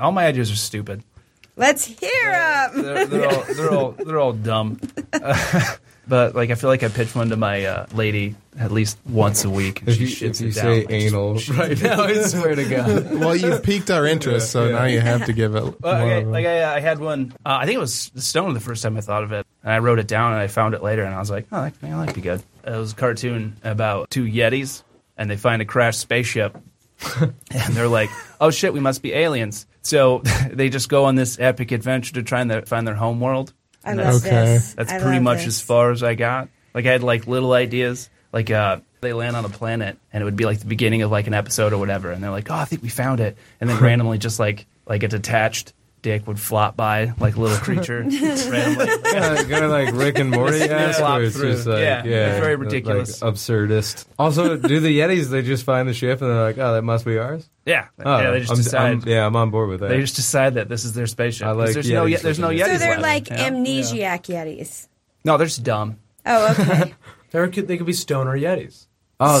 All my ideas are stupid. Let's hear them. They're, they're all they're all they're all dumb. Uh, but like I feel like I pitch one to my uh, lady at least once a week. And If she you, shoots if you it say down. anal right now, I swear to God. Well, you piqued our interest, so now you have to give it. Uh, Well, more okay, of a- like I, I had one. Uh, I think it was Stone the first time I thought of it, and I wrote it down, and I found it later, and I was like, "Oh, that, man, that'd be good." It was a cartoon about two Yetis, and they find a crashed spaceship, and they're like, "Oh shit, we must be aliens." So they just go on this epic adventure to try and their, find their home world. I And love Okay. this. That's I pretty love much this. as far as I got. Like I had like little ideas, like uh, they land on a planet and it would be like the beginning of like an episode or whatever, and they're like, "Oh, I think we found it," and then randomly just like like a detached dick would flop by like a little creature randomly. kind of, like Rick and Morty Just ass, flop where it's through. just like, Yeah, yeah, it's very like, ridiculous. absurdist. Also, do the Yetis? They just find the ship and they're like, oh, that must be ours. Yeah, Oh, yeah, they just I'm, decide. I'm- yeah, I'm on board with that. They just decide that this is their spaceship. I like 'Cause there's no, Yetis Ye- there's no looking Yetis. at So they're left, like you know? amnesiac Yetis. no, they're just dumb. Oh, okay. There could, they could be stoner Yetis. oh,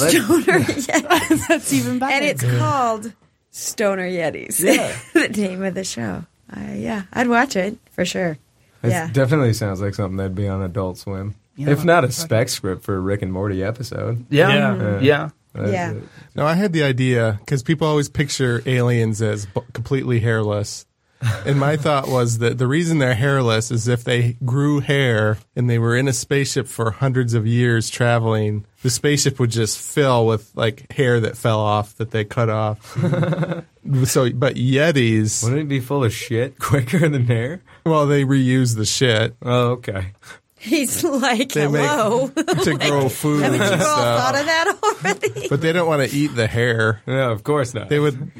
that, Stoner Yetis. That's even better. And it's called Stoner Yetis. Yeah. the name of the show. Uh, yeah, I'd watch it for sure. It yeah. definitely sounds like something that'd be on Adult Swim. Yeah. if not a spec script for a Rick and Morty episode. Yeah, yeah. Yeah. That's Yeah. it. No, I had the idea because people always picture aliens as b- completely hairless. And my thought was that the reason they're hairless is if they grew hair and they were in a spaceship for hundreds of years traveling, the spaceship would just fill with like hair that fell off that they cut off. so, but Yetis, Wouldn't it be full of shit quicker than hair? well, they reuse the shit Oh, okay. He's like, They make- hello. to grow food Haven't and you all thought stuff. of that already? But they don't want to eat the hair. No, of course not. They would.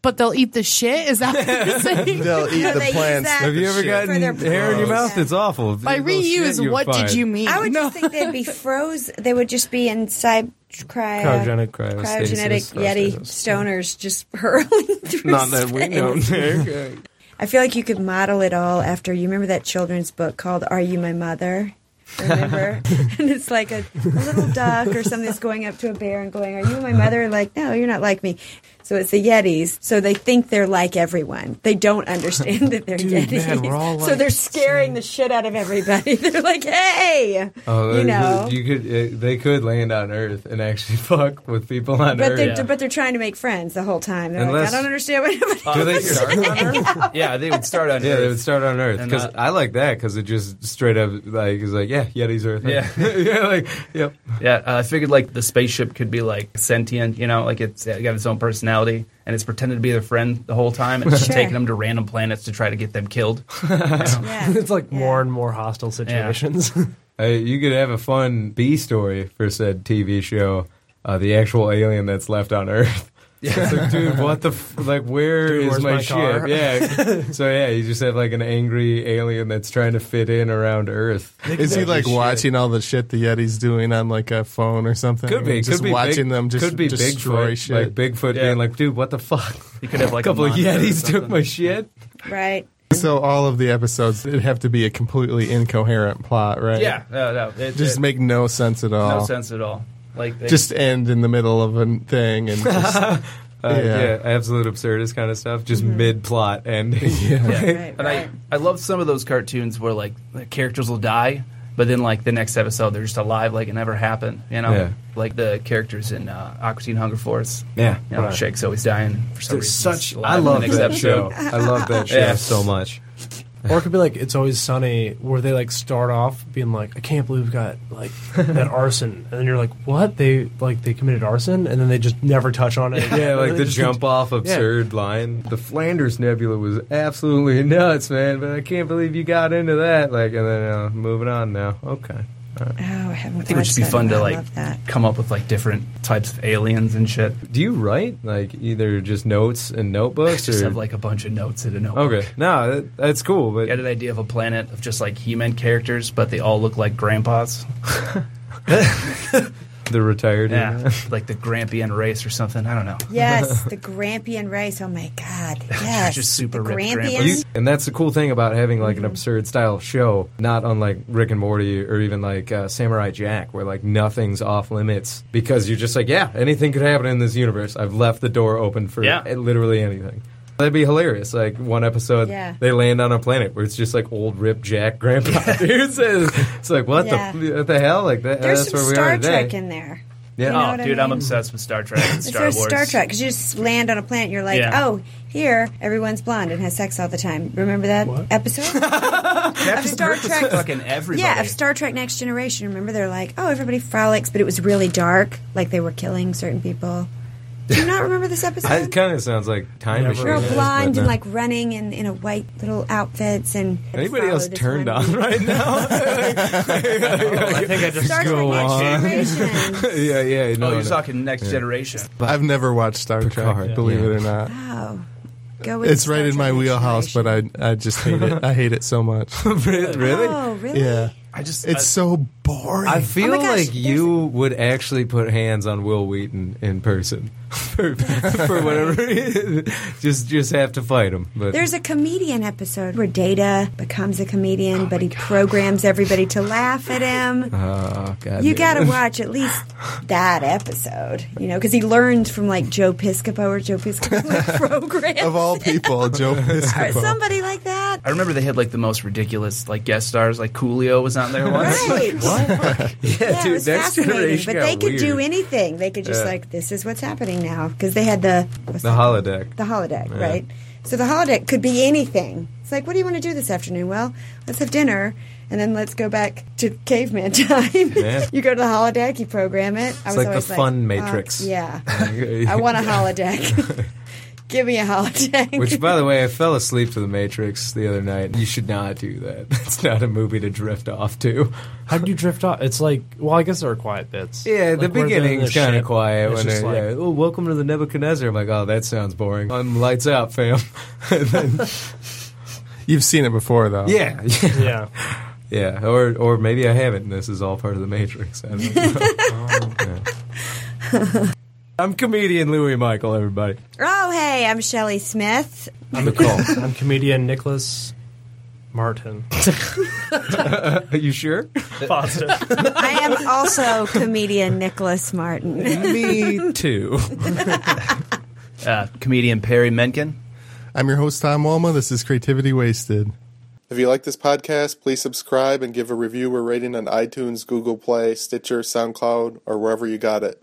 but they'll eat the shit. Is that what you're saying? They'll eat No, the they use plants. that the Have you ever shit. gotten For their hair in your clothes. mouth? It's awful. By reuse, what did you mean? I would just think they'd be froze. They would just be inside cryo, Cryogenic cryogenic cryostasis. Yeti Cryostasis. stoners just hurling through Not that we space. know. I feel like you could model it all after you remember that children's book called Are You My Mother? Remember? and it's like a, a little duck or something that's going up to a bear and going, Are you my mother? And like, no, you're not like me. So it's the Yetis. So they think they're like everyone. They don't understand that they're Dude, Yetis. man, we're all so like they're scaring the shit out of everybody. They're like, Hey, Oh, you know. you could. uh, they could land on Earth and actually fuck with people on but Earth. they're Yeah. but they're trying to make friends the whole time. They're Unless- like, I don't understand what everybody Do they start on Earth? yeah, they would start on. Yeah, Earth. they would start on Earth And, because uh, I like that because it just straight up like is like yeah, Yeti's Earth. Yeah. yeah, like yep. Yeah, uh, I figured like the spaceship could be like sentient, you know, like it's uh, got its own personality and it's pretended to be their friend the whole time. and It's just Sure. taking them to random planets to try to get them killed. yeah. It's like Yeah. more and more hostile situations. Hey, you could have a fun B story for said TV show. Uh, the actual alien that's left on Earth. It's like, dude, what the f- like? Where Dude, is where's my, my ship? car? Yeah. so yeah, you just have like an angry alien that's trying to fit in around Earth. Is he like watching all the shit the Yeti's doing on like a phone or something? Could be. just could be watching big, them just could be destroy Bigfoot, shit. Like Bigfoot Yeah. being like, dude, what the fuck? You could have like a couple a of monster or Yetis took something. my shit. Right. so all of the episodes it'd have to be a completely incoherent plot, right? Yeah, no, no, it, Just it- make no sense at all. no sense at all. Like they, Just end in the middle of a thing and just, Uh, Yeah. yeah. absolute absurdist kind of stuff. Just mid plot ending. Right. and I right. I love some of those cartoons where like the characters will die, but then like the next episode they're just alive like it never happened. You know, Yeah. like the characters in uh, Aqua Teen Hunger Force. Yeah, You know, Shake's always dying for some There's reason. such- He's alive I I in love the next that episode. show. I love that show Yeah. so much. or it could be like It's Always Sunny, where they like start off being like, I can't believe we got like that arson. And then you're like, what? They like they committed arson? And then they just never touch on it. again. Yeah, And like they the just jump off Yeah. absurd line. The Flanders Nebula was absolutely nuts, man. But I can't believe you got into that. Like, and then uh, moving on now. Okay. Oh, I haven't. I think it would just be fun to like that. come up with like different types of aliens and shit. Do you write like either just notes and notebooks Just or? have like a bunch of notes in a notebook. okay, no, that, that's cool. But I had an idea of a planet of just like human characters, but they all look like grandpas. the retired. Yeah, like the Grampian race or something. I don't know. Yes, the Grampian rice. Oh my God. Yes, Just super the ripped Grampian. Grampians. You- and that's the cool thing about having like an Mm-hmm. absurd style show, not unlike Rick and Morty or even like uh, Samurai Jack, where like nothing's off limits because you're just like, yeah, anything could happen in this universe. I've left the door open for Yeah. literally anything. That'd be hilarious. Like one episode, Yeah. they land on a planet where it's just like old Rip Jack Grandpa. Dude says it's like what Yeah. the what the hell? Like that, There's that's some where we Star are today. Trek in there. yeah. know oh, what I dude, I'm mean? obsessed with Star Trek and If Star there's Wars. Star Trek, 'cause you just land on a planet, you're like, Yeah. oh, here everyone's blonde and has sex all the time. Remember that episode? Captain of Star Kirk was Trek. fucking everybody. Yeah, of Star Trek Next Generation. Remember, they're like, oh, everybody frolics, but it was really dark. Like they were killing certain people. Do you not remember this episode? It kind of sounds like time Never. machine. They're all is, but blonde no. and like running in, in a white little outfits and. Anybody follow else this turned one- on right now? I think I just Star Trek Go on. Next Generation. yeah, yeah. No, Oh, you're no. talking Next Generation. I've never watched Star Picard, Trek, believe yeah. it or not. Wow. Go with It's Star right in Trek my Next wheelhouse, but Generation. I I just hate it. I hate it so much. Re- really? Oh, really? Yeah, I just it's so boring. I feel gosh, like there's you would actually put hands on Will Wheaton in person for, for whatever. reason. just just have to fight him. But There's a comedian episode where Data becomes a comedian, Oh but he programs everybody to laugh at him. Ah, oh god, You damn got to it. watch at least that episode, you know, because he learned from like Joe Piscopo or Joe Piscopo program of all people, Joe or Piscopo. somebody like that. I remember they had like the most ridiculous like guest stars. Like Coolio was on there once. Right. Yeah, Yeah, it dude, was Next fascinating. Generation But they got could do weird. anything. They could just Yeah. like, this is what's happening now because they had the what's The that called? holodeck. The holodeck, Yeah. right? So the holodeck could be anything. It's like, what do you want to do this afternoon? Well, let's have dinner. And then let's go back to caveman time. Yeah. you go to the holodeck, you program it. I It's was like the always fun "Fuck, matrix." Yeah, I want a holodeck. Give me a holodeck. Which, by the way, I fell asleep to The Matrix the other night. You should not do that. It's not a movie to drift off to. How do you drift off? It's like, well, I guess there are quiet bits. Yeah, the Like, we're doing beginning's this kind of shit. quiet. It's When just they're, like- yeah, oh, welcome to the Nebuchadnezzar. I'm like, oh, that sounds boring. I'm lights out, fam. And then- You've seen it before, though. yeah, yeah, Yeah. yeah. Or, or maybe I haven't. And this is all part of the Matrix. I don't know. Yeah. I'm comedian Louis Michael. Everybody, oh, hey, I'm Shelley Smith. I'm Nicole. I'm comedian Nicholas Martin. are you sure? Foster. I am also comedian Nicholas Martin. Me too. Uh, comedian Perry Menken. I'm your host, Tom Walma. This is Creativity Wasted. If you like this podcast, please subscribe and give a review or rating on iTunes, Google Play, Stitcher, SoundCloud, or wherever you got it.